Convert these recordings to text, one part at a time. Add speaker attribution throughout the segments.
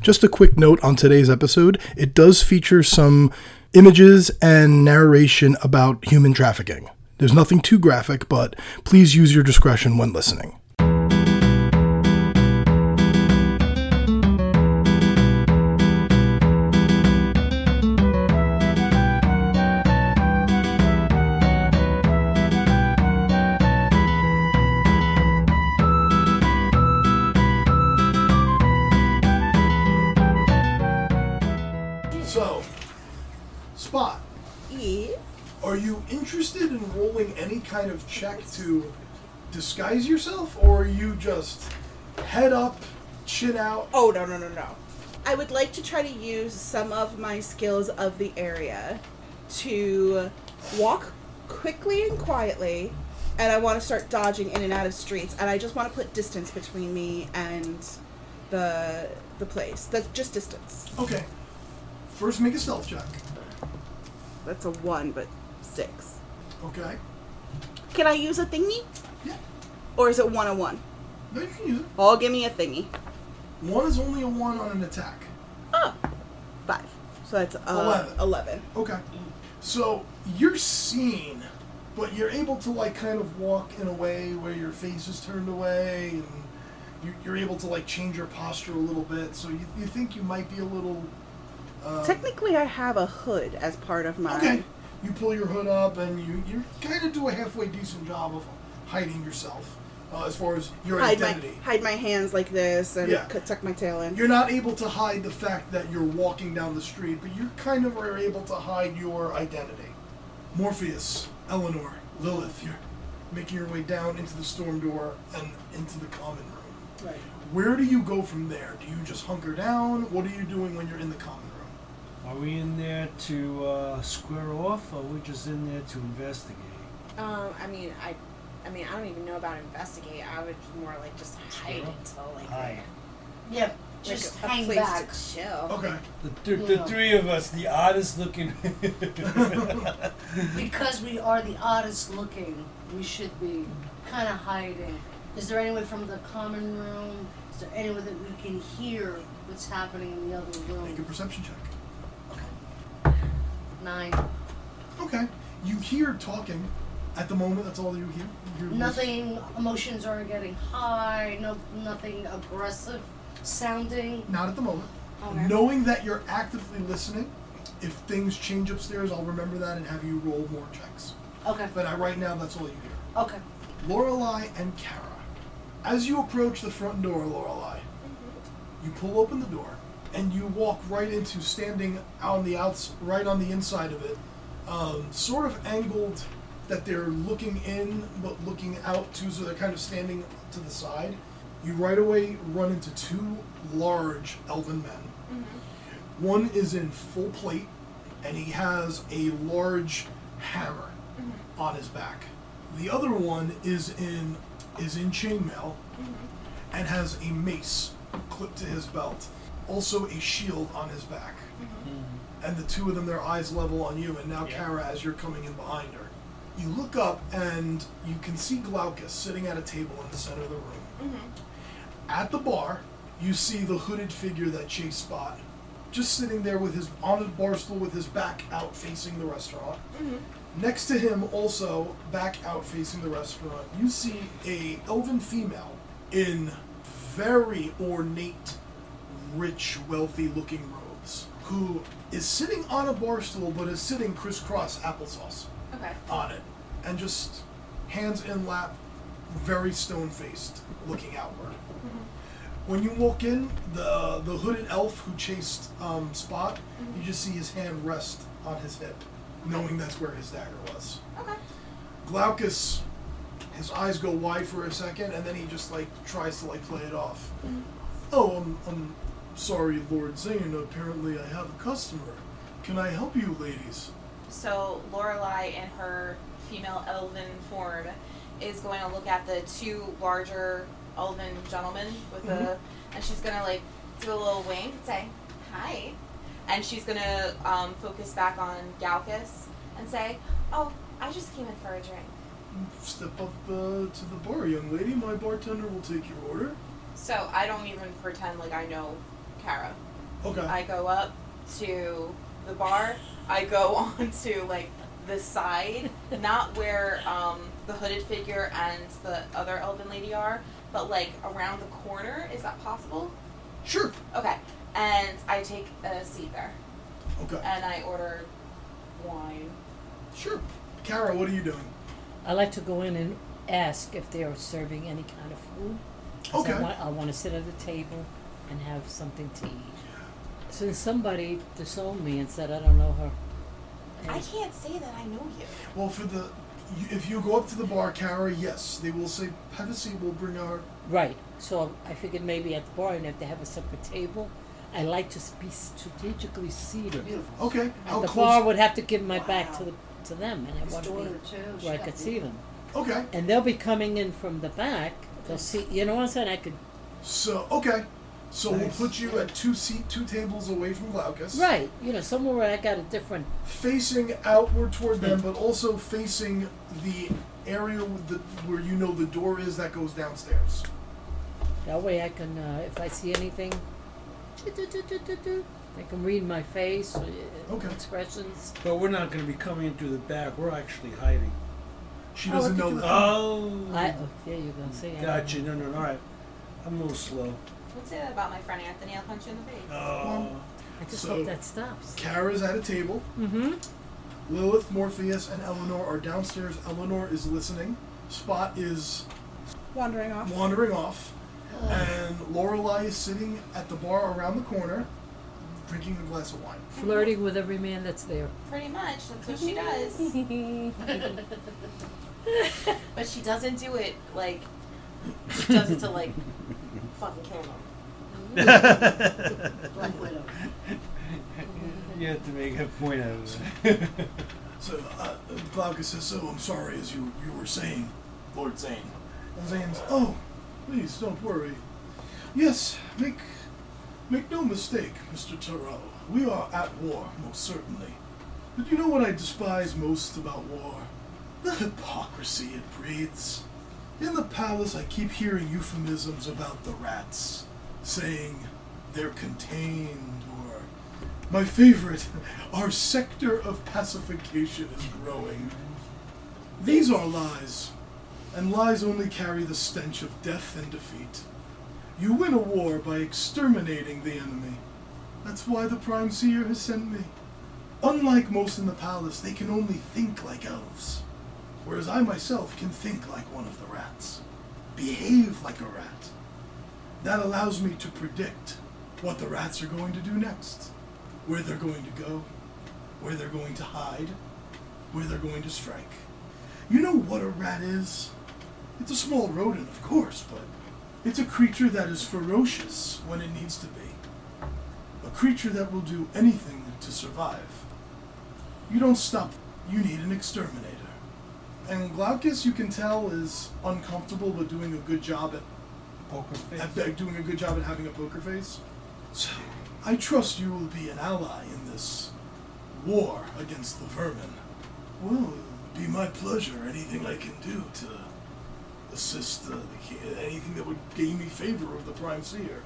Speaker 1: Just a quick note on today's episode it does feature some images and narration about human trafficking. There's nothing too graphic, but please use your discretion when listening.
Speaker 2: So, Spot,
Speaker 3: Yeah.
Speaker 2: are you interested in rolling any kind of check to disguise yourself, or are you just head up, chin out?
Speaker 3: Oh no no no no. I would like to try to use some of my skills of the area to walk quickly and quietly and I want to start dodging in and out of streets and I just want to put distance between me and the the place. That's just distance.
Speaker 2: Okay. First, make a stealth check.
Speaker 3: That's a 1 but 6.
Speaker 2: Okay.
Speaker 3: Can I use a thingy
Speaker 2: Yeah.
Speaker 3: or is it 101?
Speaker 2: No, you can use it.
Speaker 3: Oh, give me a thingy.
Speaker 2: One is only a one on an attack.
Speaker 3: Oh, five. So that's uh,
Speaker 2: Eleven.
Speaker 3: 11.
Speaker 2: Okay. So you're seen, but you're able to like kind of walk in a way where your face is turned away, and you, you're able to like change your posture a little bit. So you, you think you might be a little. Uh,
Speaker 3: Technically, I have a hood as part of my.
Speaker 2: Okay. You pull your hood up, and you you kind of do a halfway decent job of hiding yourself, uh, as far as your
Speaker 3: hide my,
Speaker 2: identity.
Speaker 3: hide my hands like this and
Speaker 2: Yeah.
Speaker 3: cut- tuck my tail in.
Speaker 2: You're not able to hide the fact that you're walking down the street, but you kind of are able to hide your identity. Morpheus, Eleanor, Lilith, you're making your way down into the storm door and into the common room.
Speaker 3: Right.
Speaker 2: Where do you go from there? Do you just hunker down? What are you doing when you're in the common room?
Speaker 4: Are we in there to uh, square off, or we are just in there to investigate?
Speaker 5: Um, I mean, I, I mean, I don't even know about investigate. I would more like just hide
Speaker 4: Sure.
Speaker 5: until like,
Speaker 4: Hi.
Speaker 6: Yeah,
Speaker 5: like
Speaker 6: just
Speaker 5: a
Speaker 6: hang
Speaker 5: place
Speaker 6: back.
Speaker 5: to chill.
Speaker 2: Okay.
Speaker 4: The, th- the
Speaker 6: Yeah.
Speaker 4: three of us, the oddest looking.
Speaker 6: Because we are the oddest looking, we should be kind of hiding. Is there any way from the common room? Is there any way that we can hear what's happening in the other
Speaker 2: Make a
Speaker 6: room?
Speaker 2: perception check.
Speaker 6: Nine.
Speaker 2: Okay. You hear talking. At the moment, that's all you hear. You hear
Speaker 6: Nothing. Emotions are getting high. No, nothing aggressive sounding.
Speaker 2: Not at the moment.
Speaker 6: Okay.
Speaker 2: Knowing that you're actively listening, if things change upstairs, I'll remember that and have you roll more checks.
Speaker 6: Okay.
Speaker 2: But I, right now, that's all you hear.
Speaker 6: Okay.
Speaker 2: Lorelei and Kara. As you approach the front door, Lorelei, you pull open the door and you walk right into standing on the outs, right on the inside of it, um, sort of angled that they're looking in but looking out too, so they're kind of standing to the side. You right away run into two large elven men. One is in full plate, and he has a large hammer on his back. The other one is in is in chainmail and has a mace clipped to his belt, also a shield on his back. And the two of them, their eyes level on you, and now Kara, as you're coming in behind her, you look up and you can see Glaucus sitting at a table in the center of the room. At the bar, you see the hooded figure that Chase spot, just sitting there with his on a bar stool with his back out facing the restaurant. Next to him, also back out facing the restaurant, you see a elven female in very ornate, rich, wealthy-looking robes, who is sitting on a bar stool but is sitting crisscross applesauce
Speaker 5: Okay.
Speaker 2: on it, and just hands in lap, very stone-faced, looking outward. When you walk in, the the hooded elf who chased um, Spot, you just see his hand rest on his hip, knowing that's where his dagger was.
Speaker 5: Okay.
Speaker 2: Glaucus, his eyes go wide for a second, and then he just like tries to like play it off. Oh, I'm, I'm sorry, Lord Zane. Apparently, I have a customer. Can I help you, ladies?
Speaker 7: So Lorelai in her female elven form is going to look at the two larger elven gentlemen with the, and she's going to like do a little wink, say hi, and she's going to um, focus back on Galkus and say, "Oh, I just came in for a drink."
Speaker 2: Step up uh, to the bar, young lady. My bartender will take your order.
Speaker 7: So I don't even pretend like I know Kara.
Speaker 2: Okay.
Speaker 7: I go up to the bar. I go onto like the side, not where um, the hooded figure and the other elven lady are, but like around the corner. Is that possible?
Speaker 2: sure.
Speaker 7: Okay. And I take a seat there,
Speaker 8: Uh,
Speaker 2: Okay.
Speaker 7: and I order wine.
Speaker 2: Sure. Kara, what are you doing?
Speaker 8: I like to go in and ask if they are serving any kind of food. 'cause
Speaker 2: Okay.
Speaker 8: I want, I want to sit at a table and have something to eat. Since somebody disowned me and said I don't know her.
Speaker 7: I can't say that I know you.
Speaker 2: Well, for the you, if you go up to the bar, Kara, yes, they will say have a seat. We'll bring our
Speaker 8: Right. So I figured maybe at the bar and if they have a separate table, I like to s- be strategically seated.
Speaker 6: Beautiful. Oh,
Speaker 2: okay. How
Speaker 8: the
Speaker 2: close?
Speaker 8: bar would have to give my back to
Speaker 6: Wow.
Speaker 8: the, to them, and I
Speaker 6: His
Speaker 8: want
Speaker 6: daughter
Speaker 8: to
Speaker 6: too.
Speaker 8: be
Speaker 6: she
Speaker 8: where I
Speaker 6: got
Speaker 8: could
Speaker 6: the-
Speaker 8: see them.
Speaker 2: okay.
Speaker 8: And they'll be coming in from the back. They'll see. You know what I'm saying? I could.
Speaker 2: So okay. So we'll
Speaker 8: Nice.
Speaker 2: put you at two seat, two tables away from Glaucus.
Speaker 8: Right. You know, somewhere where I got a different.
Speaker 2: Facing outward toward them,
Speaker 8: Mm-hmm.
Speaker 2: but also facing the area with the, where you know the door is that goes downstairs.
Speaker 8: That way I can, uh, if I see anything, they can read my face, uh,
Speaker 2: Okay.
Speaker 8: expressions.
Speaker 4: But we're not going to be coming in through the back. We're actually hiding.
Speaker 2: She
Speaker 8: Oh,
Speaker 2: doesn't
Speaker 8: I
Speaker 2: know
Speaker 8: think
Speaker 2: that.
Speaker 4: Oh.
Speaker 8: I, oh, there you go. See, I-
Speaker 4: Gotcha. No, no, no. All right. I'm a little slow.
Speaker 7: Don't say that about my friend Anthony. I'll punch you in the face.
Speaker 4: Oh.
Speaker 8: I just
Speaker 2: So-
Speaker 8: hope that stops.
Speaker 2: Kara's at a table.
Speaker 8: Mm-hmm.
Speaker 2: Lilith, Morpheus, and Eleanor are downstairs. Eleanor is listening. Spot is
Speaker 3: Wandering off.
Speaker 2: wandering off, and Lorelai is sitting at the bar around the corner, drinking a glass of wine.
Speaker 8: Flirting with every man that's there.
Speaker 7: Pretty much. That's what she does. but she doesn't do it like she does it to like fucking kill them.
Speaker 6: Black Widow.
Speaker 4: you have to make a point out of it.
Speaker 2: So uh, Glaucus says, "So I'm sorry, as you you were saying, Lord Zane." And Zane's, "Oh, please don't worry. Yes, make make no mistake, Mister Tyrell. We are at war, most certainly. But you know what I despise most about war? The hypocrisy it breeds. In the palace, I keep hearing euphemisms about the rats, saying they're contained or my favorite, our sector of pacification is growing. These are lies, and lies only carry the stench of death and defeat. You win a war by exterminating the enemy. That's why the Prime Seer has sent me. Unlike most in the palace, they can only think like elves, whereas I myself can think like one of the rats, behave like a rat. That allows me to predict what the rats are going to do next where they're going to go, where they're going to hide, where they're going to strike. You know what a rat is? It's a small rodent, of course, but it's a creature that is ferocious when it needs to be. A creature that will do anything to survive. You don't stop, you need an exterminator. And Glaucus, you can tell, is uncomfortable but doing a good job at
Speaker 4: Poker
Speaker 2: at
Speaker 4: face.
Speaker 2: at doing a good job at having a poker face. So, I trust you will be an ally in this war against the vermin. Well, it'd be my pleasure. Anything I can do to assist uh, the ki- anything that would gain me favor of the Prime Seer.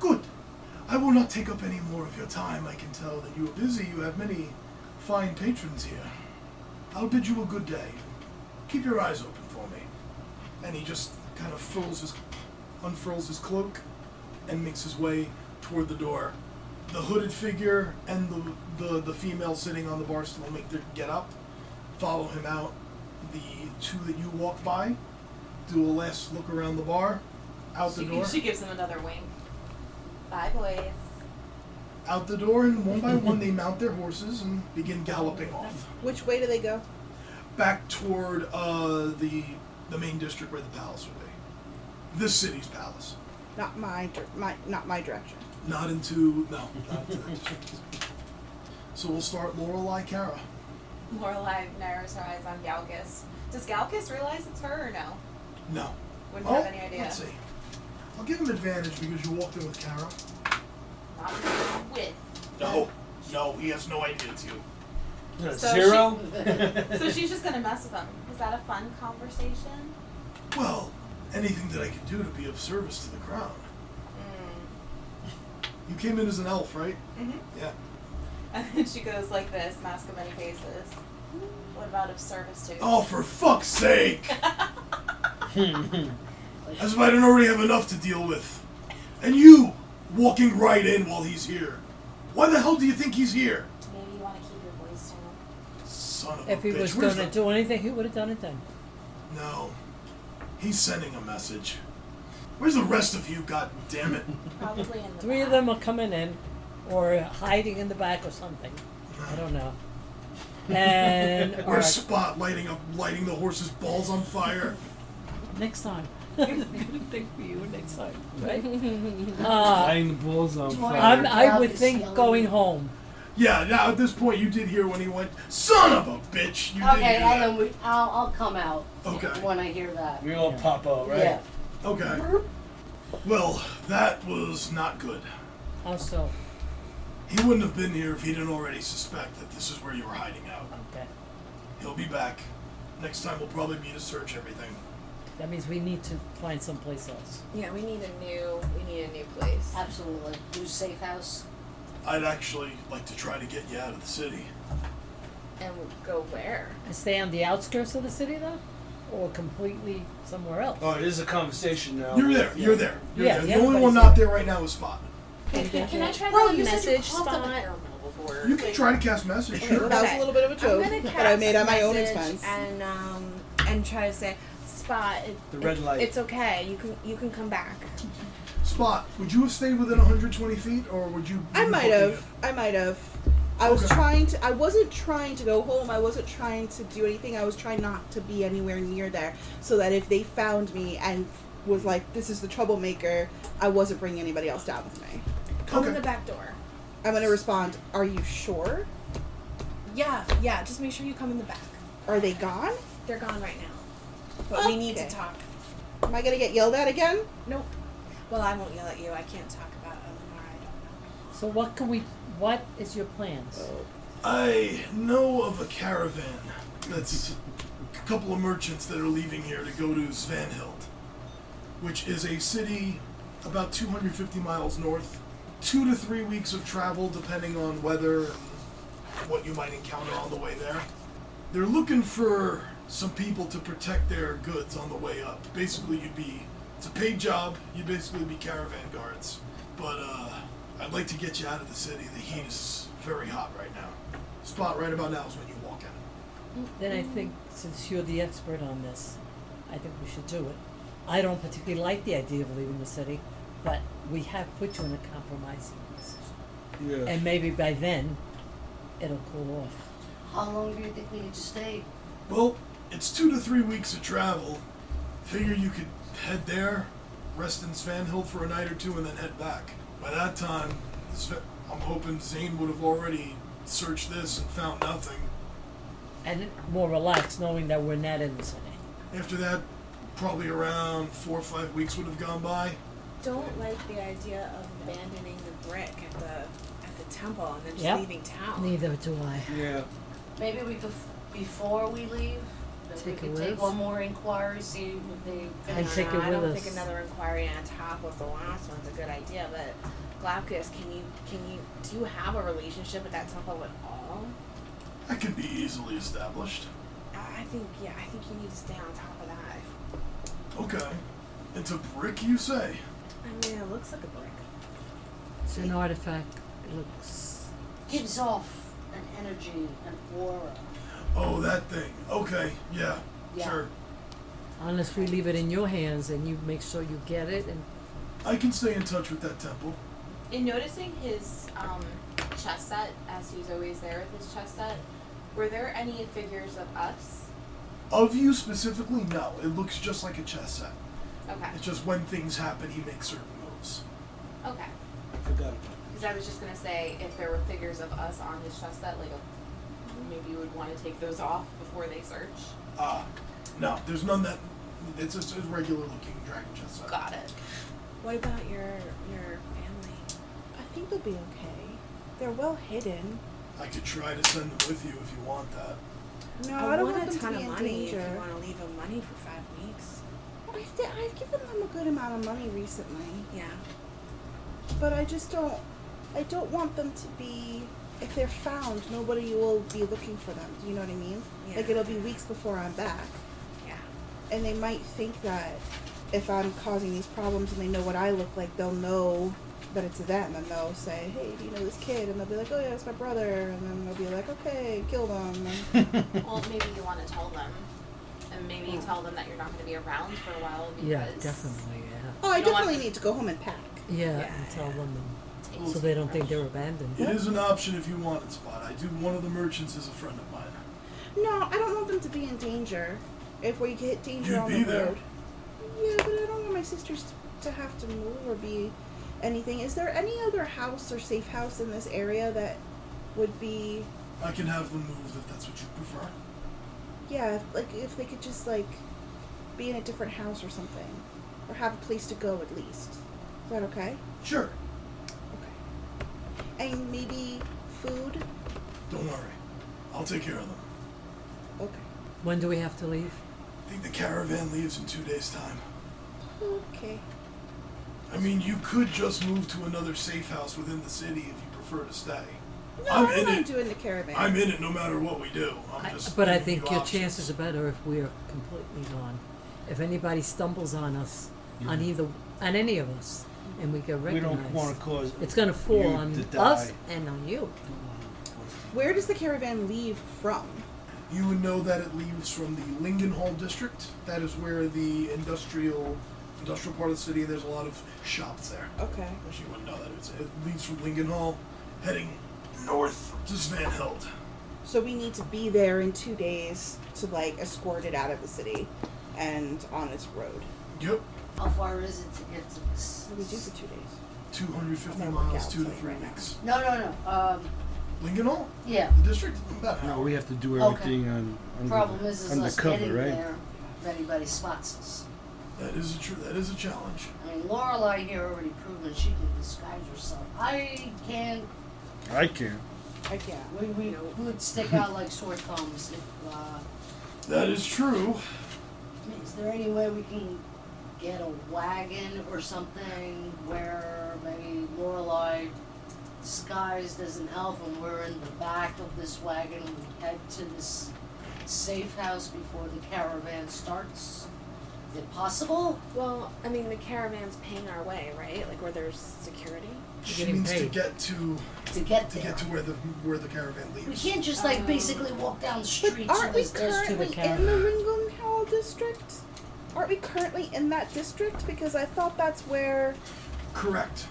Speaker 2: Good. I will not take up any more of your time. I can tell that you are busy. You have many fine patrons here. I'll bid you a good day. Keep your eyes open for me. And he just kind of furls his unfurls his cloak and makes his way toward the door. The hooded figure and the, the, the female sitting on the bar stool make their get up, follow him out. The two that you walk by do a last look around the bar, out the
Speaker 7: She,
Speaker 2: door,
Speaker 7: she gives them another wink. Bye boys.
Speaker 2: out the door, and one by one they mount their horses and begin galloping off
Speaker 3: Which way do they go?
Speaker 2: back toward uh, the the main district where the palace would be. This city's palace,
Speaker 3: Not my, dir- my not my direction.
Speaker 2: not into no, not into that district. So we'll start Lorelei Cara.
Speaker 7: Lorelai narrows her eyes on Galgus. Does Galgus realize it's her or no?
Speaker 2: No.
Speaker 7: Wouldn't
Speaker 2: Oh,
Speaker 7: have any idea.
Speaker 2: let's see. I'll give him advantage because you walked in with Kara.
Speaker 7: Not with. wit.
Speaker 2: No, no, he has no idea it's you.
Speaker 7: So she-
Speaker 4: Zero?
Speaker 7: So she's just gonna mess with him. Is that a fun conversation?
Speaker 2: Well, anything that I can do to be of service to the crown.
Speaker 7: Mm.
Speaker 2: You came in as an elf, right?
Speaker 7: Mhm.
Speaker 2: Yeah.
Speaker 7: And then she goes like this, mask of many faces. What about if service to?
Speaker 2: Oh, for fuck's sake!
Speaker 4: Hmm.
Speaker 2: As if I didn't already have enough to deal with. And you walking right in while he's here. Why the hell do you think he's here?
Speaker 7: Maybe you want to keep your voice down.
Speaker 2: Son of
Speaker 8: If
Speaker 2: a
Speaker 8: he
Speaker 2: bitch.
Speaker 8: was
Speaker 2: Where's
Speaker 8: going to
Speaker 2: the-
Speaker 8: do anything, he would have done it then.
Speaker 2: No. He's sending a message. Where's the rest of you, god damn it?
Speaker 7: Probably in the
Speaker 8: Three of
Speaker 7: back.
Speaker 8: them are coming in, or hiding in the back or something. I don't know. And
Speaker 2: We're
Speaker 8: or
Speaker 2: spotlighting up lighting the horse's balls on fire.
Speaker 8: next time. I'm gonna think for you next time, right? Uh,
Speaker 4: Lighting the balls on fire.
Speaker 8: I'm, I
Speaker 6: Rob
Speaker 8: would
Speaker 6: is
Speaker 8: think
Speaker 6: yelling.
Speaker 8: going home.
Speaker 2: Yeah, now at this point you did hear when he went, Son of a bitch! You did
Speaker 6: Okay,
Speaker 2: hear
Speaker 6: and
Speaker 2: that.
Speaker 6: then we, I'll, I'll come out
Speaker 2: Okay.
Speaker 6: when I hear that.
Speaker 4: We all pop out, right?
Speaker 6: Yeah.
Speaker 2: Okay. Well, that was not good.
Speaker 8: Also,
Speaker 2: He wouldn't have been here if he didn't already suspect that this is where you were hiding out.
Speaker 8: okay.
Speaker 2: He'll be back. Next time we'll probably be to search everything.
Speaker 8: That means we need to find someplace else.
Speaker 5: Yeah, we need a new we need a new place.
Speaker 6: Absolutely. New safe house.
Speaker 2: I'd actually like to try to get you out of the city.
Speaker 5: And we'll go where?
Speaker 8: And stay on the outskirts of the city, though, or completely somewhere else.
Speaker 4: Oh, it is a conversation now.
Speaker 2: You're there. You're there. You're
Speaker 8: Yeah,
Speaker 2: there. The
Speaker 8: yeah,
Speaker 2: only one
Speaker 8: everybody's
Speaker 2: not there right now is Spot.
Speaker 7: Can I try
Speaker 5: Well,
Speaker 7: the
Speaker 5: you said you
Speaker 7: message
Speaker 5: popped up
Speaker 7: spot?
Speaker 5: a paranormal before.
Speaker 2: You can try to cast message, sure.
Speaker 3: That was a little bit of a joke
Speaker 5: I'm gonna
Speaker 3: that I made at my own
Speaker 5: message
Speaker 3: expense.
Speaker 5: And um and try to say, Spot, it,
Speaker 4: The red
Speaker 5: it-
Speaker 4: light.
Speaker 5: It's okay. You can you can come back.
Speaker 2: Spot, would you have stayed within 120 feet, or would you?
Speaker 3: I might have. I might have. I was
Speaker 2: Okay.
Speaker 3: trying to. I wasn't trying to go home. I wasn't trying to do anything. I was trying not to be anywhere near there, so that if they found me and was like, "This is the troublemaker," I wasn't bringing anybody else down with me.
Speaker 5: Come in
Speaker 2: Okay.
Speaker 5: the back door.
Speaker 3: I'm gonna respond. Are you sure?
Speaker 5: Yeah, yeah. Just make sure you come in the back.
Speaker 3: Are they gone?
Speaker 5: They're gone right now. But we need to
Speaker 3: Okay.
Speaker 5: talk.
Speaker 3: Am I gonna get yelled at again?
Speaker 5: Nope. Well, I won't yell at you. I can't talk about Eleanor. I don't
Speaker 8: So what can we? What is your plans?
Speaker 2: I know of a caravan that's a couple of merchants that are leaving here to go to Svanhild, which is a city about 250 miles north. Two to three weeks of travel, depending on weather and what you might encounter on the way there. They're looking for some people to protect their goods on the way up. Basically, you'd be it's a paid job. You'd basically be caravan guards. But uh, I'd like to get you out of the city. The heat is very hot right now. Spot right about now is when you walk out.
Speaker 8: Then I think since you're the expert on this, I think we should do it. I don't particularly like the idea of leaving the city, but we have put you in a compromising position,
Speaker 4: Yeah.
Speaker 8: and maybe by then, it'll cool off.
Speaker 6: How long do you think we need to stay?
Speaker 2: Well, it's two to three weeks of travel. Figure you could head there, rest in Svanhild for a night or two, and then head back. By that time, Sv- I'm hoping Zane would have already searched this and found nothing.
Speaker 8: and more relaxed knowing that we're not in the city.
Speaker 2: After that, probably around four or five weeks would have gone by.
Speaker 5: know. Don't like the idea of abandoning the brick at the at the temple and then just
Speaker 8: Yep.
Speaker 5: leaving town.
Speaker 8: Neither do I.
Speaker 4: Yeah.
Speaker 6: Maybe we could, before we leave, maybe
Speaker 8: Take a
Speaker 6: we could take
Speaker 8: whiz.
Speaker 6: one more inquiry, see if they
Speaker 8: And
Speaker 5: I
Speaker 8: take
Speaker 5: don't
Speaker 8: it
Speaker 5: know, I
Speaker 8: with
Speaker 5: don't
Speaker 8: us.
Speaker 5: think another inquiry on top of the last one's a good idea, but Glaucus, can you can you do you have a relationship with that temple at all?
Speaker 2: That could be easily established.
Speaker 5: I I think yeah, I think you need to stay on top of that.
Speaker 2: Okay. It's a brick, you say?
Speaker 5: I mean, it looks like a brick.
Speaker 8: It's an artifact. It looks.
Speaker 6: gives off an energy, an aura.
Speaker 2: Oh, that thing. Okay, yeah,
Speaker 6: Yeah.
Speaker 2: sure.
Speaker 8: Unless we leave it in your hands and you make sure you get it, and
Speaker 2: I can stay in touch with that temple.
Speaker 7: In noticing his um, chess set, as he's always there with his chess set, were there any figures of us?
Speaker 2: Of you specifically, no. It looks just like a chess set.
Speaker 7: Okay.
Speaker 2: It's just when things happen, he makes certain moves.
Speaker 7: Okay.
Speaker 4: I forgot about
Speaker 7: Because I was just gonna say, if there were figures of us on his chest set, like, maybe you would want to take those off before they search.
Speaker 2: Ah, no, there's none that. It's just a regular looking dragon chess set.
Speaker 7: Got it.
Speaker 5: What about your your family?
Speaker 3: I think they'll be okay. They're well hidden.
Speaker 2: I could try to send them with you if you want that.
Speaker 3: No,
Speaker 5: I,
Speaker 3: I, don't
Speaker 5: want,
Speaker 3: want them
Speaker 5: a ton
Speaker 3: to be
Speaker 5: of
Speaker 3: in
Speaker 5: money if
Speaker 3: danger.
Speaker 5: you want to leave them money for five weeks.
Speaker 3: I thi- I've given them a good amount of money recently,
Speaker 5: Yeah.
Speaker 3: but I just don't. I don't want them to be. If they're found, nobody will be looking for them. Do you know what I mean? Like
Speaker 5: Yeah.
Speaker 3: it'll be weeks before I'm back,
Speaker 5: Yeah.
Speaker 3: and they might think that if I'm causing these problems and they know what I look like, they'll know that it's them, and they'll say, "Hey, do you know this kid?" And they'll be like, "Oh yeah, it's my brother," and then they'll be like, "Okay, kill them." And
Speaker 7: Well, maybe you want to tell them, and maybe you tell them that you're not going to be around for a while. Because
Speaker 8: Oh. Yeah, definitely, yeah.
Speaker 3: oh, I
Speaker 7: You don't want
Speaker 3: definitely
Speaker 7: them-
Speaker 3: need to go home and pack.
Speaker 8: Yeah,
Speaker 5: Yeah.
Speaker 8: and tell them and-
Speaker 4: Oh,
Speaker 7: it takes
Speaker 8: so they don't
Speaker 7: fresh.
Speaker 8: think they're abandoned.
Speaker 2: It is an option if you want it, Spot. I do. One of the merchants is a friend of mine.
Speaker 3: No, I don't want them to be in danger. If we hit danger
Speaker 2: You'd
Speaker 3: on
Speaker 2: be
Speaker 3: the
Speaker 2: there.
Speaker 3: road. Yeah, but I don't want my sisters to have to move or be anything. Is there any other house or safe house in this area that would be?
Speaker 2: I can have them moved if that's what you prefer.
Speaker 3: Yeah, if, like if they could just like be in a different house or something, or have a place to go at least. Is that okay?
Speaker 2: Sure.
Speaker 3: Okay. And maybe food.
Speaker 2: Don't worry. I'll take care of them.
Speaker 3: Okay.
Speaker 8: When do we have to leave?
Speaker 2: I think the caravan leaves in two days' time.
Speaker 3: Okay.
Speaker 2: I mean, you could just move to another safe house within the city if you prefer to stay.
Speaker 3: No,
Speaker 2: I'm
Speaker 3: I
Speaker 2: in
Speaker 3: don't mind
Speaker 2: it.
Speaker 3: doing the caravan.
Speaker 2: I'm in it no matter what we do. I'm just.
Speaker 8: But I
Speaker 2: giving
Speaker 8: think
Speaker 2: you
Speaker 8: your
Speaker 2: options.
Speaker 8: chances are better if we are completely gone. If anybody stumbles on us, on either, on any of us, and we get
Speaker 4: We don't want
Speaker 8: recognized,
Speaker 4: to cause.
Speaker 8: it's gonna
Speaker 4: you
Speaker 8: fall on
Speaker 4: to die.
Speaker 8: us and on you.
Speaker 3: Where does the caravan leave from?
Speaker 2: You would know that it leaves from the Lingenholm district. That is where the industrial, industrial part of the city. There's a lot of shops there.
Speaker 3: Okay.
Speaker 2: But you wouldn't know that it's, it leaves from Lingenholm, heading north to Svanhild.
Speaker 3: So we need to be there in two days to like escort it out of the city and on its road.
Speaker 2: Yep,
Speaker 6: How far is it to get to this?
Speaker 3: What do we do for two days?
Speaker 2: 250
Speaker 3: I'm gonna work
Speaker 2: miles, two
Speaker 3: out
Speaker 2: to
Speaker 3: something
Speaker 2: three
Speaker 3: right now.
Speaker 2: weeks.
Speaker 6: No, no, no. Um,
Speaker 2: Lingenholm,
Speaker 6: yeah.
Speaker 2: the district, about an
Speaker 4: No,
Speaker 2: hour.
Speaker 4: we have to do
Speaker 6: Okay.
Speaker 4: everything on under,
Speaker 6: Problem is, is us
Speaker 4: undercover,
Speaker 6: getting
Speaker 4: right?
Speaker 6: there if anybody spots us.
Speaker 2: That is a true. That is a challenge.
Speaker 6: I mean, Lorelai here already proven she can disguise herself. I can't.
Speaker 4: I can.
Speaker 3: I can't.
Speaker 6: We, we would stick out like sore thumbs if. Uh,
Speaker 2: That is true.
Speaker 6: Is there any way we can get a wagon or something where maybe Lorelai disguised as an elf and we're in the back of this wagon and we head to this safe house before the caravan starts? Is it possible?
Speaker 5: Well, I mean, the caravan's paying our way, right? Like where there's security.
Speaker 2: She
Speaker 8: getting
Speaker 2: needs to
Speaker 8: paid.
Speaker 2: get to
Speaker 6: To get
Speaker 2: to
Speaker 6: there.
Speaker 2: get to where the where the caravan
Speaker 6: we
Speaker 2: leaves.
Speaker 6: can't just like basically walk down the street
Speaker 3: But aren't
Speaker 6: to
Speaker 3: we
Speaker 6: this there's
Speaker 8: to the
Speaker 3: currently in the
Speaker 8: caravan.
Speaker 3: Ringham Hall district? Aren't we currently in that district? Because I thought that's where
Speaker 2: Correct.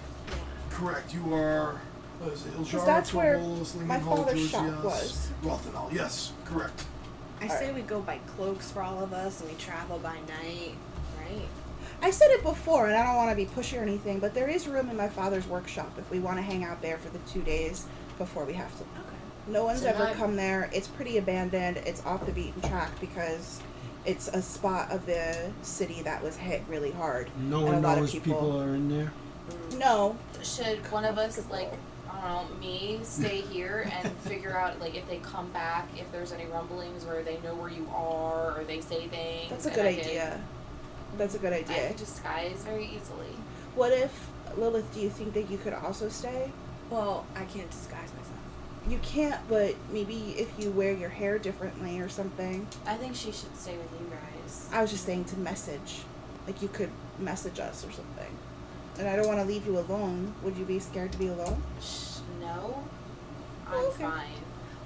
Speaker 2: Correct. You are. What is it? Iljara,
Speaker 3: that's where
Speaker 2: Troubles,
Speaker 3: my
Speaker 2: Lingenholm,
Speaker 3: father's shop
Speaker 2: Georgias,
Speaker 3: was.
Speaker 2: Rothenal. Yes. Correct.
Speaker 5: I say we go by cloaks for all of us, and we travel by night, right?
Speaker 3: I said it before, and I don't want to be pushy or anything, but there is room in my father's workshop if we want to hang out there for the two days before we have to.
Speaker 5: Okay.
Speaker 3: No one's
Speaker 6: So
Speaker 3: ever
Speaker 6: now-
Speaker 3: come there. It's pretty abandoned. It's off the beaten track because it's a spot of the city that was hit really hard.
Speaker 4: No
Speaker 3: And
Speaker 4: one
Speaker 3: a lot of
Speaker 4: knows people.
Speaker 3: people-
Speaker 4: are in there.
Speaker 3: No,
Speaker 7: Should one of us, like, I don't know, me, stay here and figure out, like, if they come back, if there's any rumblings where they know where you are or they say things.
Speaker 3: that's a
Speaker 7: and
Speaker 3: good
Speaker 7: I could-
Speaker 3: idea. That's a good
Speaker 7: I
Speaker 3: idea.
Speaker 7: could disguise very easily.
Speaker 3: What if Lilith? Do you think that you could also stay?
Speaker 5: Well, I can't disguise myself.
Speaker 3: You can't, but maybe if you wear your hair differently or something.
Speaker 7: I think she should stay with you guys.
Speaker 3: I was just saying to message, like you could message us or something. And I don't want to leave you alone. Would you be scared to be alone?
Speaker 7: Sh- no, I'm
Speaker 3: Oh, okay.
Speaker 7: fine.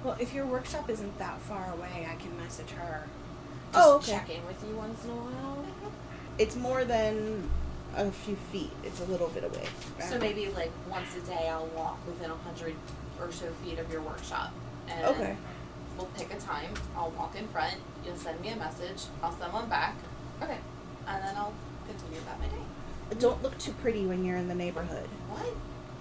Speaker 5: Well, if your workshop isn't that far away, I can message her.
Speaker 7: Just
Speaker 3: Oh, okay.
Speaker 7: check in with you once in a while.
Speaker 3: It's more than a few feet. It's a little bit away.
Speaker 7: So maybe like once a day, I'll walk within a hundred or so feet of your workshop, and
Speaker 3: Okay.
Speaker 7: we'll pick a time. I'll walk in front. You'll send me a message. I'll send one back. Okay, and then I'll continue about my day.
Speaker 3: Don't look too pretty when you're in the neighborhood.
Speaker 7: What?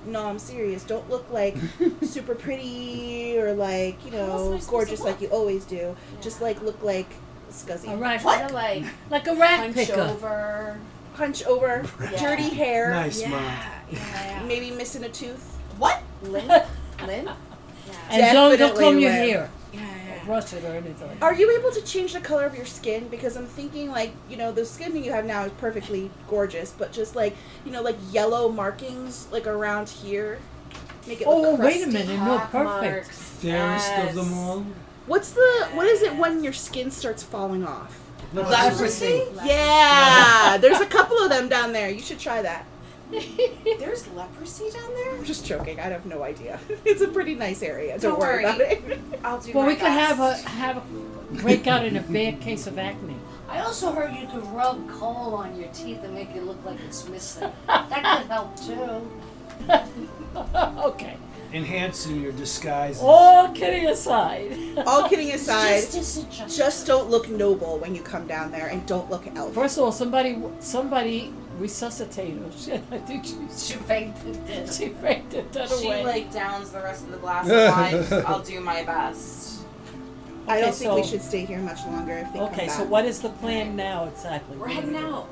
Speaker 3: No, I'm serious. Don't look like super pretty or like, you
Speaker 7: How else am I
Speaker 3: know,
Speaker 7: supposed to
Speaker 3: gorgeous like
Speaker 7: look?
Speaker 3: you always do. Just like look like scuzzy.
Speaker 8: A rat,
Speaker 7: What? like
Speaker 8: like a rat
Speaker 5: Hunch
Speaker 8: picker.
Speaker 5: over.
Speaker 3: Hunch over,
Speaker 7: Yeah.
Speaker 3: dirty hair,
Speaker 4: Nice
Speaker 5: Yeah.
Speaker 4: mom.
Speaker 5: Yeah. yeah.
Speaker 3: maybe missing a tooth.
Speaker 7: what?
Speaker 5: Lynn? Lynn? Yeah.
Speaker 8: And don't, don't
Speaker 3: Definitely
Speaker 8: comb your
Speaker 3: red.
Speaker 8: hair,
Speaker 5: Yeah, yeah.
Speaker 8: brush it or anything.
Speaker 3: Are you able to change the color of your skin? Because I'm thinking like, you know, the skin that you have now is perfectly gorgeous, but just like, you know, like yellow markings like around here. Make it
Speaker 8: Oh,
Speaker 3: look crusty.
Speaker 8: wait a minute, no, perfect.
Speaker 4: Fairest of them all.
Speaker 3: What's the what is it when your skin starts falling off?
Speaker 5: Leprosy?
Speaker 3: Yeah, there's a couple of them down there. You should try that.
Speaker 5: There's leprosy down there?
Speaker 3: I'm just joking. I have no idea. It's a pretty nice area. Don't,
Speaker 5: Don't
Speaker 3: worry
Speaker 5: worry.
Speaker 3: about it.
Speaker 5: I'll do
Speaker 8: Well,
Speaker 5: my
Speaker 8: we could have a
Speaker 5: best.
Speaker 8: have a break out in a bad case of acne.
Speaker 6: I also heard you could rub coal on your teeth and make it look like it's missing. that could help too.
Speaker 8: okay.
Speaker 4: Enhancing your disguises.
Speaker 8: All kidding aside.
Speaker 3: All kidding aside,
Speaker 6: Just a suggestion.
Speaker 3: just don't look noble when you come down there, and don't look elf.
Speaker 8: First of all, somebody somebody resuscitate her. She, I think she
Speaker 6: She faked it.
Speaker 8: she raked it that
Speaker 7: She
Speaker 8: away.
Speaker 7: like downs the rest of the glass of wine. I'll do my best.
Speaker 3: I don't
Speaker 8: Okay,
Speaker 3: think we
Speaker 8: so-
Speaker 3: should stay here much longer. If they
Speaker 8: okay,
Speaker 3: come
Speaker 8: so
Speaker 3: back.
Speaker 8: what is the plan now exactly?
Speaker 7: We're heading out.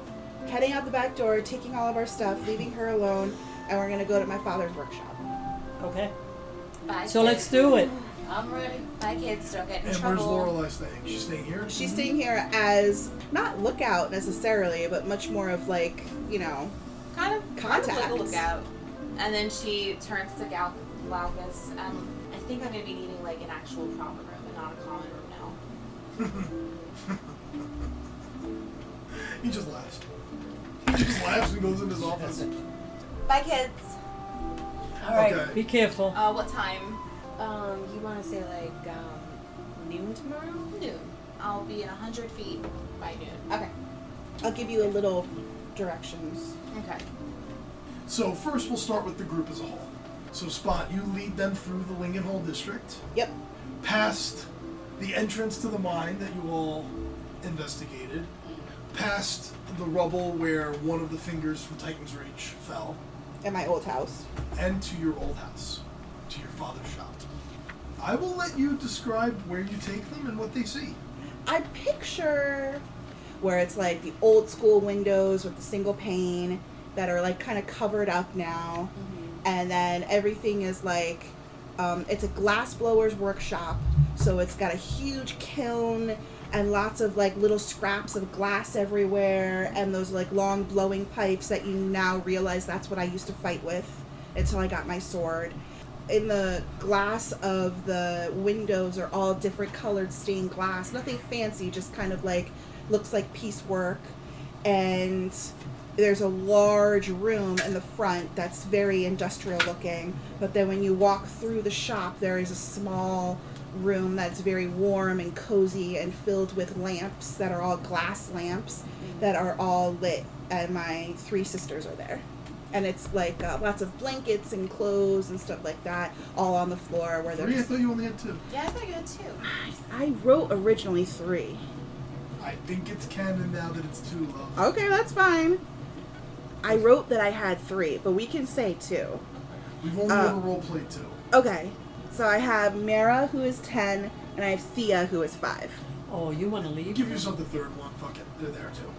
Speaker 3: Heading out the back door, taking all of our stuff, leaving her alone, and we're gonna go to my father's workshop.
Speaker 8: Okay.
Speaker 5: Bye,
Speaker 8: So
Speaker 5: kids.
Speaker 8: let's do it.
Speaker 6: I'm ready.
Speaker 5: Bye, kids. Don't get in
Speaker 2: And where's
Speaker 5: trouble.
Speaker 2: Lorelai staying? She's staying here.
Speaker 3: She's staying here as not lookout necessarily, but much more of like you know.
Speaker 7: Kind of kind of like a
Speaker 3: Contacts.
Speaker 7: lookout. And then she turns to Gal- Glaucus. Um, I think I'm gonna be needing like an actual proper room and not a common room now.
Speaker 2: He just laughs. He just laughs and goes in his office.
Speaker 7: Bye, kids.
Speaker 6: All right.
Speaker 8: Be careful.
Speaker 7: Uh, what time?
Speaker 5: Um, you want to say like um, noon tomorrow?
Speaker 7: Noon. I'll be at 100 feet by noon.
Speaker 3: Okay. I'll give you a little directions.
Speaker 7: Okay.
Speaker 2: So first, we'll start with the group as a whole. So Spot, you lead them through the Lingenhall district,
Speaker 3: Yep.
Speaker 2: past the entrance to the mine that you all investigated, past the rubble where one of the fingers from Titan's Reach fell,
Speaker 3: At my old house.
Speaker 2: and to your old house, to your father's shop. I will let you describe where you take them and what they see.
Speaker 3: I picture where it's like the old school windows with the single pane that are like kind of covered up now, and then everything is like um, it's a glass blower's workshop, so it's got a huge kiln and lots of like little scraps of glass everywhere, and those like long blowing pipes that you now realize that's what I used to fight with until I got my sword in the glass of the windows are all different colored stained glass. Nothing fancy, just kind of like looks like piecework. And there's a large room in the front that's very industrial looking. But then when you walk through the shop, there is a small room that's very warm and cozy and filled with lamps that are all glass lamps that are all lit. And my three sisters are there and it's like uh, lots of blankets and clothes and stuff like that all on the floor where
Speaker 2: Three, I
Speaker 3: there's
Speaker 2: thought you only had two.
Speaker 7: Yeah, I thought you had two.
Speaker 3: i wrote originally three
Speaker 2: I think it's canon now that it's two, love.
Speaker 3: okay that's fine i wrote that i had three but we can say two
Speaker 2: We've only
Speaker 3: Uh,
Speaker 2: ever role played two.
Speaker 3: okay so i have mara who is 10 and i have thea who is 5
Speaker 8: Oh, you want to leave?
Speaker 2: Give yourself the third one. Fuck it. They're there too.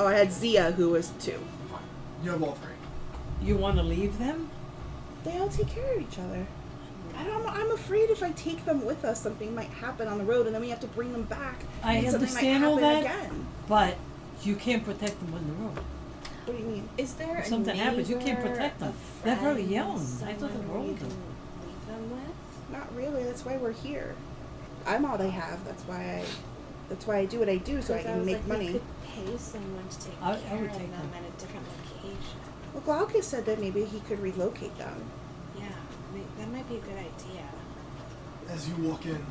Speaker 3: oh i had zia who was 2
Speaker 2: Fine. You have all three.
Speaker 8: You want to leave them?
Speaker 3: they all take care of each other I don't know. I'm afraid if I take them with us, something might happen on the road, and then we have to bring them back.
Speaker 8: I
Speaker 3: and something might
Speaker 8: understand all
Speaker 3: happen
Speaker 8: that.
Speaker 3: Again.
Speaker 8: But you can't protect them on the road.
Speaker 3: What do you mean?
Speaker 5: Is there
Speaker 8: If
Speaker 5: a
Speaker 8: something happens, you can't
Speaker 5: neighbor,
Speaker 8: protect them.
Speaker 5: a
Speaker 8: They're very
Speaker 5: friend,
Speaker 8: young. I thought
Speaker 5: someone
Speaker 8: they were
Speaker 5: who you
Speaker 8: older.
Speaker 5: can Leave them with.
Speaker 3: Not really. That's why we're here. I'm all they have. That's why I. That's why I do what I do, so I
Speaker 5: 'Cause
Speaker 3: can
Speaker 5: was
Speaker 3: make
Speaker 5: like, We
Speaker 3: money.
Speaker 5: could pay someone to take
Speaker 8: I- I
Speaker 5: care
Speaker 8: would
Speaker 5: of
Speaker 8: take
Speaker 5: them
Speaker 8: them.
Speaker 5: at a different location.
Speaker 3: Well, Glaucus said that maybe he could relocate them.
Speaker 5: Yeah, ma- that might be a good idea.
Speaker 2: as you walk in,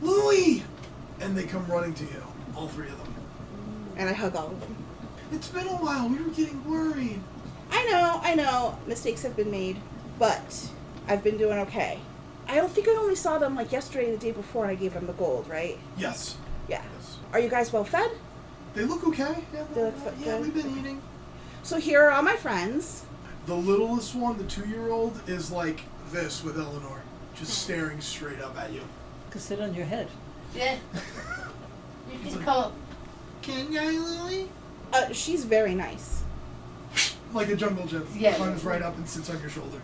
Speaker 2: Louie! And they come running to you, all three of them.
Speaker 3: And I hug all of them.
Speaker 5: Mm-hmm.
Speaker 2: It's been a while, we were getting worried.
Speaker 3: I know, I know, mistakes have been made, but I've been doing okay. I don't think I only saw them like yesterday, and the day before, and I gave them the gold, right?
Speaker 2: Yes.
Speaker 3: Yeah.
Speaker 2: Yes.
Speaker 3: Are you guys well fed?
Speaker 2: They look okay. Yeah,
Speaker 3: They look
Speaker 2: yeah,
Speaker 3: f-
Speaker 2: yeah
Speaker 3: good.
Speaker 2: we've been eating.
Speaker 3: So here are all my friends.
Speaker 2: The littlest one, the two year old, is like this with Eleanor, just
Speaker 3: Hmm.
Speaker 2: staring straight up at you.
Speaker 8: Cause sit on your head.
Speaker 6: Yeah. You can call.
Speaker 2: Can I, Louie?
Speaker 3: Uh, she's very nice.
Speaker 2: Like a jungle gym.
Speaker 6: Yeah.
Speaker 2: Climbs right up and sits on your shoulder.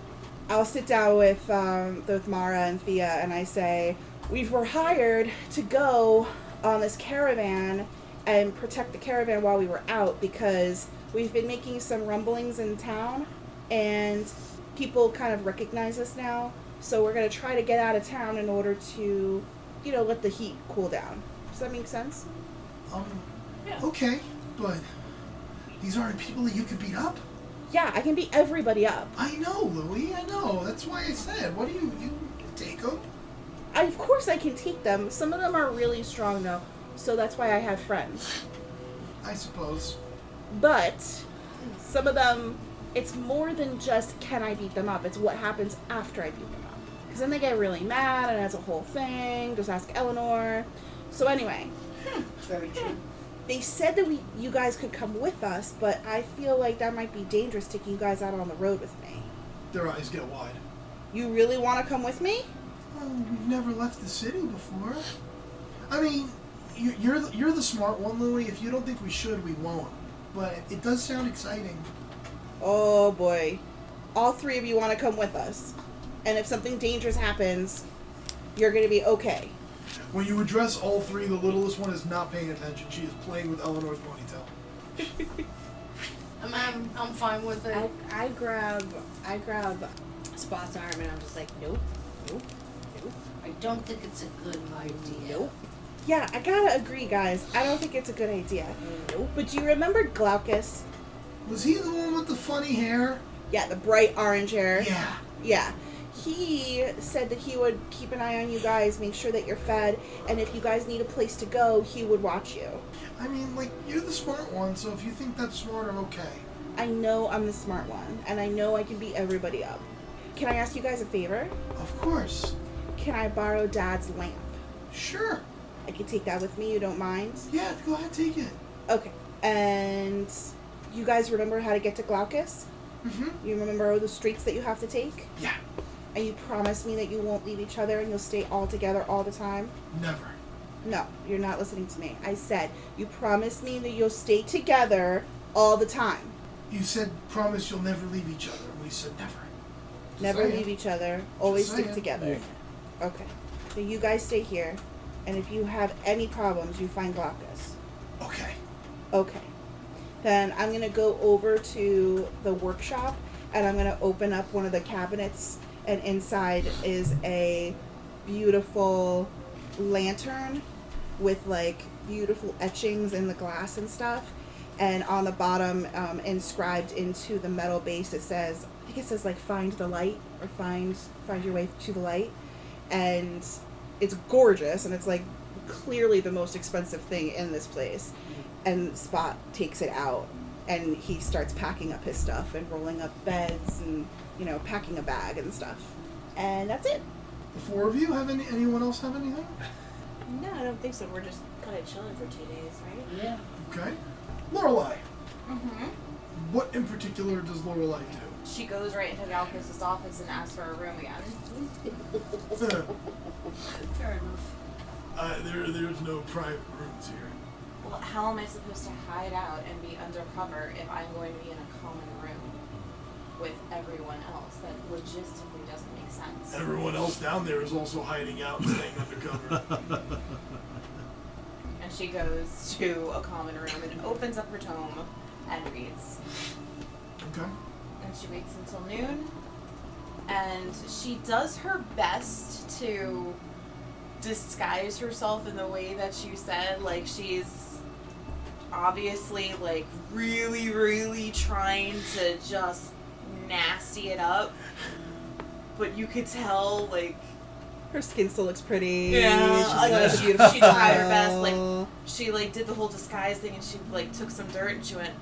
Speaker 3: I'll sit down with um, with Mara and Thea, and I say, "We were hired to go on this caravan and protect the caravan while we were out because we've been making some rumblings in town, and people kind of recognize us now. So we're gonna try to get out of town in order to, you know, let the heat cool down. Does that make sense?
Speaker 2: Um,
Speaker 8: Yeah.
Speaker 2: okay, but these aren't people that you could beat up.
Speaker 3: Yeah, I can beat everybody up.
Speaker 2: I know, Louis. I know. That's why I said, what do you you take them?
Speaker 3: I, of course, I can take them. Some of them are really strong though, so that's why I have friends.
Speaker 2: I suppose.
Speaker 3: But some of them, it's more than just can I beat them up. It's what happens after I beat them up. Because then they get really mad, and that's a whole thing. Just ask Eleanor. So anyway,
Speaker 6: It's very true.
Speaker 3: they said that we you guys could come with us, but I feel like that might be dangerous taking you guys out on the road with me.
Speaker 2: Their eyes get wide.
Speaker 3: You really want to come with me?
Speaker 2: Oh, we've never left the city before. I mean, you, you're the, you're the smart one, Louis. If you don't think we should, we won't. But it does sound exciting.
Speaker 3: Oh boy. All three of you want to come with us. And if something dangerous happens, you're going to be okay.
Speaker 2: When you address all three, the littlest one is not paying attention. She is playing with Eleanor's ponytail.
Speaker 6: I'm, I'm, I'm fine with it.
Speaker 5: I, I grab I grab Spot's arm and I'm just like, nope, nope, nope.
Speaker 6: I don't think it's a good idea.
Speaker 5: Nope.
Speaker 3: Yeah, I got to agree, guys. I don't think it's a good idea.
Speaker 5: Nope.
Speaker 3: But do you remember Glaucus?
Speaker 2: Was he the one with the funny hair?
Speaker 3: Yeah, the bright orange hair.
Speaker 2: Yeah.
Speaker 3: Yeah. He said that he would keep an eye on you guys, make sure that you're fed, and if you guys need a place to go, he would watch you.
Speaker 2: I mean, like, you're the smart one, so if you think that's smarter, okay.
Speaker 3: I know I'm the smart one, and I know I can beat everybody up. Can I ask you guys a favor?
Speaker 2: Of course.
Speaker 3: Can I borrow Dad's lamp?
Speaker 2: Sure.
Speaker 3: I can take that with me, you don't mind?
Speaker 2: Yeah, go ahead, take it.
Speaker 3: Okay. And you guys remember how to get to Glaucus?
Speaker 2: Mm-hmm.
Speaker 3: You remember the streets that you have to take?
Speaker 2: Yeah.
Speaker 3: And you promise me that you won't leave each other and you'll stay all together all the time?
Speaker 2: Never.
Speaker 3: No, you're not listening to me. I said, you promise me that you'll stay together all the time.
Speaker 2: You said promise you'll never leave each other, and we said never. Just
Speaker 3: Never
Speaker 2: saying.
Speaker 3: leave each other, always stick
Speaker 2: saying.
Speaker 3: together. Okay. So you guys stay here, and if you have any problems, you find Glaucus.
Speaker 2: Okay.
Speaker 3: Okay. Then I'm gonna go over to the workshop and I'm gonna open up one of the cabinets and inside is a beautiful lantern with like beautiful etchings in the glass and stuff. And on the bottom, um, inscribed into the metal base, it says, I think it says like "Find the light" or "Find find your way to the light," and it's gorgeous and it's like clearly the most expensive thing in this place and Spot takes it out and he starts packing up his stuff and rolling up beds and you know packing a bag and stuff and that's it
Speaker 2: The four of you have any? Anyone else have anything?
Speaker 5: No, I don't think so. We're just kind of chilling for two days, right?
Speaker 6: Yeah.
Speaker 2: Okay. Lorelai.
Speaker 7: Mm-hmm.
Speaker 2: What in particular does Lorelai do?
Speaker 7: She goes right into Valkyrie's office and asks for a room again.
Speaker 6: Fair enough.
Speaker 2: uh, there, there's no private rooms here.
Speaker 7: Well, how am I supposed to hide out and be undercover if I'm going to be in a common room with everyone else? That logistically doesn't make sense.
Speaker 2: Everyone else down there is also hiding out and staying undercover.
Speaker 7: And she goes to a common room and opens up her tome and reads.
Speaker 2: Okay.
Speaker 7: and she waits until noon. And she does her best to disguise herself in the way that you said. Like, she's obviously, like, really, really trying to just nasty it up. But you could tell, like,
Speaker 3: her skin still looks pretty
Speaker 7: Yeah,
Speaker 3: she's got
Speaker 7: I know.
Speaker 3: a beautiful
Speaker 7: She tried her best,
Speaker 3: smile.
Speaker 7: she, like, did the whole disguise thing and she, like, took some dirt and she went,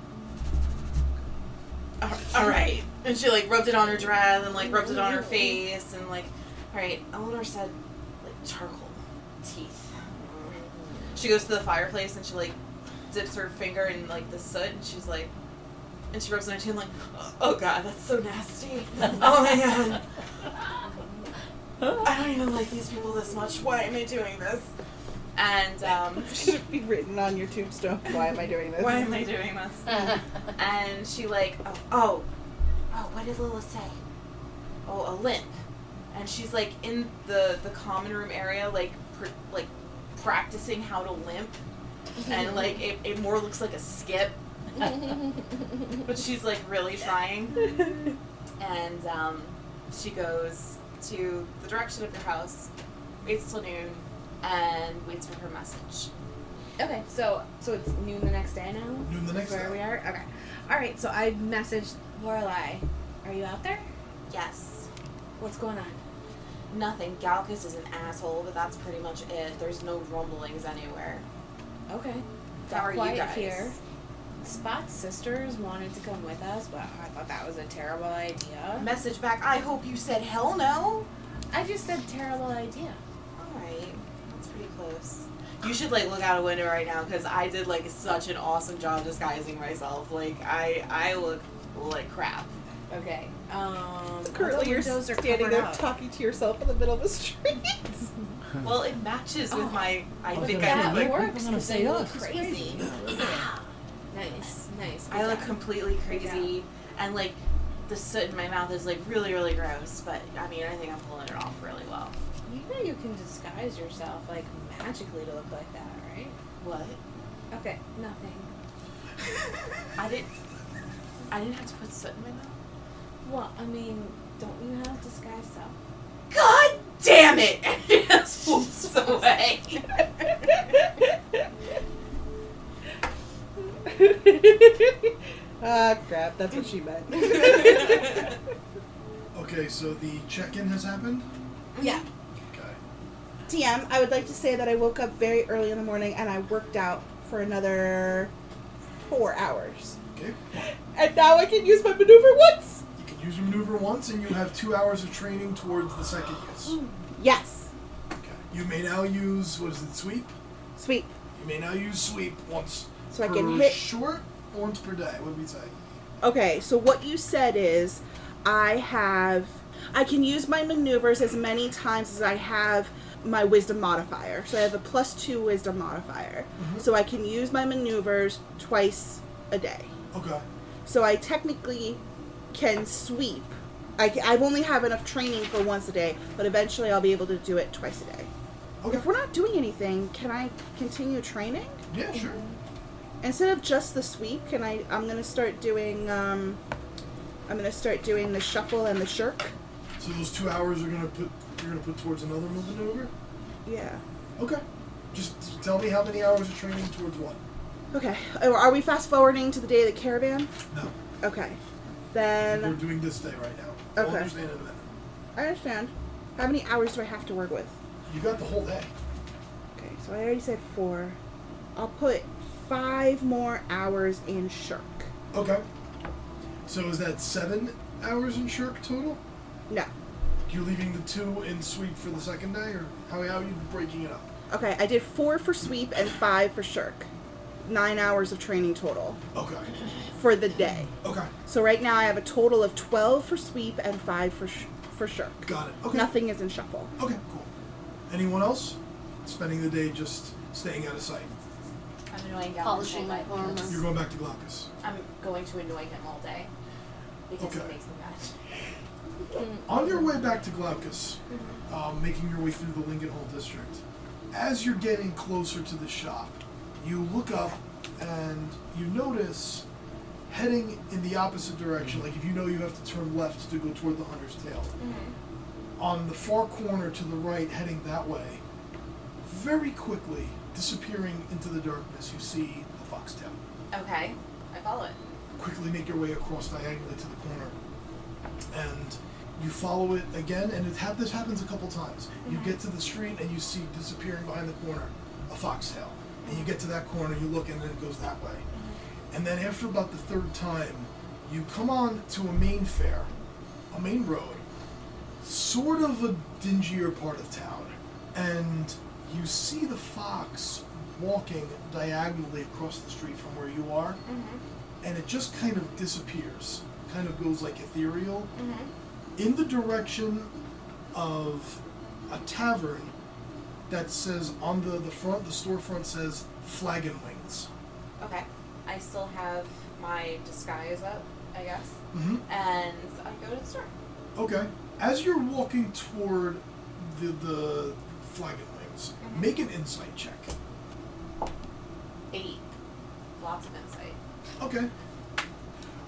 Speaker 7: "Al- all right. And she, like, rubbed it on her dress and, like, rubbed it on her face and, like, all right, Eleanor said, like, charcoal teeth. She goes to the fireplace and she, like, dips her finger in, like, the soot and she's like, and she rubs it on her chin, like, oh god, that's so nasty. Oh my god. I don't even like these people this much. Why am I doing this? And um,
Speaker 3: should be written on your tombstone why am i doing this
Speaker 7: why am I doing this? And she like, oh, oh, oh, what did Lila say? Oh, a limp. And she's like in the the common room area, like pr- like practicing how to limp, and like it, it more looks like a skip, but she's like really trying. and um, she goes to the direction of your house, waits till noon, and waits for her message.
Speaker 5: Okay, so so it's noon the next day now.
Speaker 2: Noon the next
Speaker 5: Is where
Speaker 2: day.
Speaker 5: we are. Okay, all right. So I messaged Lorelai. Are you out there?
Speaker 7: Yes.
Speaker 5: What's going on?
Speaker 7: Nothing. Galacus is an asshole, but that's pretty much it. There's no rumblings anywhere.
Speaker 5: Okay.
Speaker 7: How are you
Speaker 5: quiet
Speaker 7: guys?
Speaker 5: here. Spot's sisters wanted to come with us, but I thought that was a terrible idea.
Speaker 7: Message back. I hope you said hell no.
Speaker 5: I just said terrible idea.
Speaker 7: All right, that's pretty close. You should like look out a window right now because I did like such an awesome job disguising myself. Like I I look like crap.
Speaker 5: Okay. Um.
Speaker 3: Currently,
Speaker 5: the
Speaker 3: you're
Speaker 5: windows are
Speaker 3: standing
Speaker 5: covered
Speaker 3: there
Speaker 5: up.
Speaker 3: talking to yourself in the middle of the street.
Speaker 7: Well, it matches with
Speaker 5: Oh.
Speaker 7: my. I
Speaker 8: Look
Speaker 7: think
Speaker 8: at
Speaker 7: I look.
Speaker 8: that.
Speaker 7: Like,
Speaker 8: People
Speaker 5: works
Speaker 8: gonna
Speaker 5: 'cause
Speaker 8: say,
Speaker 5: they
Speaker 8: "Oh,
Speaker 5: look
Speaker 8: she's
Speaker 5: crazy. nice, nice.
Speaker 7: I
Speaker 5: good
Speaker 7: look
Speaker 5: job.
Speaker 7: completely crazy, and like the soot in my mouth is like really really gross. But I mean, I think I'm pulling it off really well.
Speaker 5: You know you can disguise yourself like magically to look like that, right?
Speaker 7: What?
Speaker 5: Okay, nothing.
Speaker 7: I didn't. I didn't have to put soot in my mouth.
Speaker 5: Well, I mean, don't you have disguise self?
Speaker 7: God damn it! And she just walks away.
Speaker 3: ah, crap. That's what she meant.
Speaker 2: Okay, so the check-in has happened.
Speaker 3: yeah.
Speaker 2: Okay.
Speaker 3: TM, I would like to say that I woke up very early in the morning and I worked out for another four hours.
Speaker 2: Okay.
Speaker 3: And now I can use my maneuver once?
Speaker 2: You can use your maneuver once, and you have two hours of training towards the second use.
Speaker 3: Yes.
Speaker 2: Okay. You may now use what is it, sweep?
Speaker 3: Sweet.
Speaker 2: You may now use sweep once
Speaker 3: So I
Speaker 2: per
Speaker 3: can hit-
Speaker 2: short, once per day. What did we say?
Speaker 3: Okay, so what you said is I have I can use my maneuvers as many times as I have my wisdom modifier. So I have a plus 2 wisdom modifier. So I can use my maneuvers twice a day.
Speaker 2: Okay.
Speaker 3: So I technically can sweep. I ca- I've only have enough training for once a day, but eventually I'll be able to do it twice a day.
Speaker 2: Okay.
Speaker 3: If we're not doing anything, can I continue training?
Speaker 2: Yeah, sure.
Speaker 3: instead of just the sweep can i i'm gonna start doing um i'm gonna start doing the shuffle and the shirk
Speaker 2: So those two hours are gonna put you're gonna put towards another maneuver.
Speaker 3: yeah
Speaker 2: Okay. Just tell me how many hours of training towards what.
Speaker 3: okay Oh, are are we fast forwarding to the day of the caravan
Speaker 2: No,
Speaker 3: okay
Speaker 2: we're
Speaker 3: then
Speaker 2: doing this day right now. We'll
Speaker 3: Okay.
Speaker 2: understand in a minute.
Speaker 3: i understand how many hours do i have to work with
Speaker 2: You got the whole day.
Speaker 3: okay so i already said four i'll put five more hours in shirk
Speaker 2: Okay. So is that seven hours in shirk total?
Speaker 3: no
Speaker 2: You're leaving the two in sweep for the second day, or how, how are you breaking it up?
Speaker 3: okay i did four for sweep and five for shirk nine hours of training total
Speaker 2: Okay.
Speaker 3: for the day
Speaker 2: Okay.
Speaker 3: So right now I have a total of 12 for sweep and 5 for sh- for shirk.
Speaker 2: Got it. Okay.
Speaker 3: Nothing is in shuffle.
Speaker 2: Okay, cool. Anyone else? Spending the day just staying out of sight.
Speaker 7: I'm annoying Galacus.
Speaker 6: Polishing my
Speaker 7: all day.
Speaker 6: armor.
Speaker 2: You're going back to Glaucus.
Speaker 7: I'm going to annoy him all day because
Speaker 2: Okay.
Speaker 7: he makes me mad.
Speaker 2: On your way back to Glaucus, um, making your way through the Lincoln Hall district, as you're getting closer to the shop, you look up and you notice heading in the opposite direction. Like if you know you have to turn left to go toward the Hunter's Tail, on the far corner to the right, heading that way, very quickly disappearing into the darkness, you see the foxtail.
Speaker 7: Okay, I follow it.
Speaker 2: quickly make your way across diagonally to the corner. And you follow it again, and it ha- this happens a couple times. You get to the street, and you see disappearing behind the corner a foxtail. And you get to that corner, you look, and then it goes that way. And then after about the third time, you come on to a main fair, a main road, sort of a dingier part of town, and you see the fox walking diagonally across the street from where you are and it just kind of disappears, kind of goes like ethereal in the direction of a tavern that says on the, the front, the storefront says Flagon Wings.
Speaker 7: Okay, I still have my disguise up, I guess,
Speaker 2: Mm-hmm.
Speaker 7: and I go to the store.
Speaker 2: Okay. As you're walking toward the, the Flagon Wings, make an insight check.
Speaker 7: Eight, lots of insight.
Speaker 2: Okay.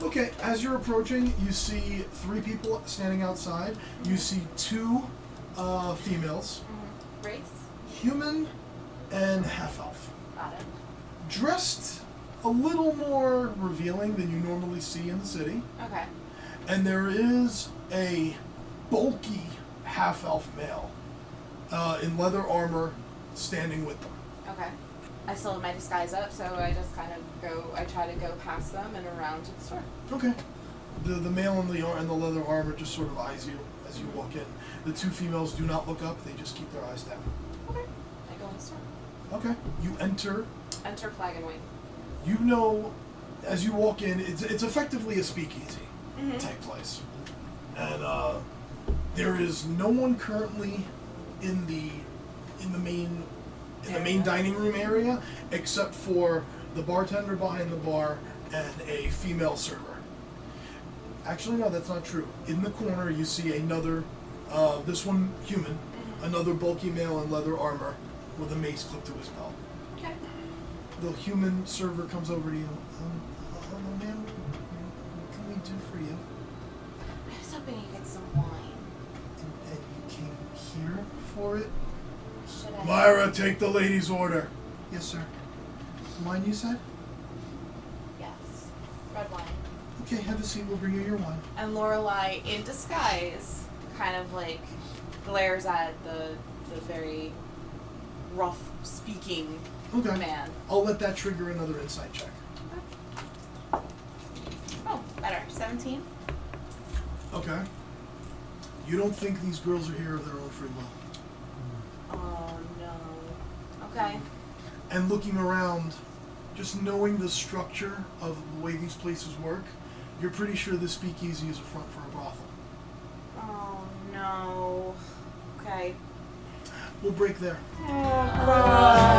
Speaker 2: Okay, as you're approaching, you see three people standing outside. You see two uh, females,
Speaker 7: Race?
Speaker 2: human and half elf,
Speaker 7: Got it.
Speaker 2: dressed a little more revealing than you normally see in the city.
Speaker 7: Okay.
Speaker 2: and there is a bulky half elf male uh, in leather armor standing with them.
Speaker 7: Okay. I still have my disguise up, so I just kind of go. I try to go past them and around to the store.
Speaker 2: Okay. The the male in the ar- in the leather armor just sort of eyes you as you walk in. The two females do not look up; they just keep their eyes down.
Speaker 7: Okay. I go in the store.
Speaker 2: Okay. You enter.
Speaker 7: Enter flag and wave.
Speaker 2: You know, as you walk in, it's it's effectively a speakeasy type place, and uh, there is no one currently in the in the main in the main dining room area except for the bartender behind the bar and a female server. Actually, no, that's not true. In the corner, you see another, uh, this one human, another bulky male in leather armor with a mace clipped to his belt.
Speaker 7: Okay.
Speaker 2: The human server comes over to you. Um, hello, ma'am. What can we do for you?
Speaker 7: I was hoping you get some wine.
Speaker 2: And, and you came here for it?
Speaker 7: Should I?
Speaker 2: Myra, take the lady's order. Yes, sir. Wine, you said?
Speaker 7: Yes. Red wine.
Speaker 2: Okay, have a seat. We'll bring you your wine.
Speaker 7: And Lorelai, in disguise, kind of like glares at the the very rough speaking
Speaker 2: Okay.
Speaker 7: man.
Speaker 2: I'll let that trigger another insight check.
Speaker 7: Oh, better. Seventeen.
Speaker 2: Okay. You don't think these girls are here of their own free will.
Speaker 7: Oh no. Okay.
Speaker 2: And looking around, just knowing the structure of the way these places work, you're pretty sure this speakeasy is a front for a brothel.
Speaker 7: Oh no. Okay.
Speaker 2: We'll break there.
Speaker 7: Bye.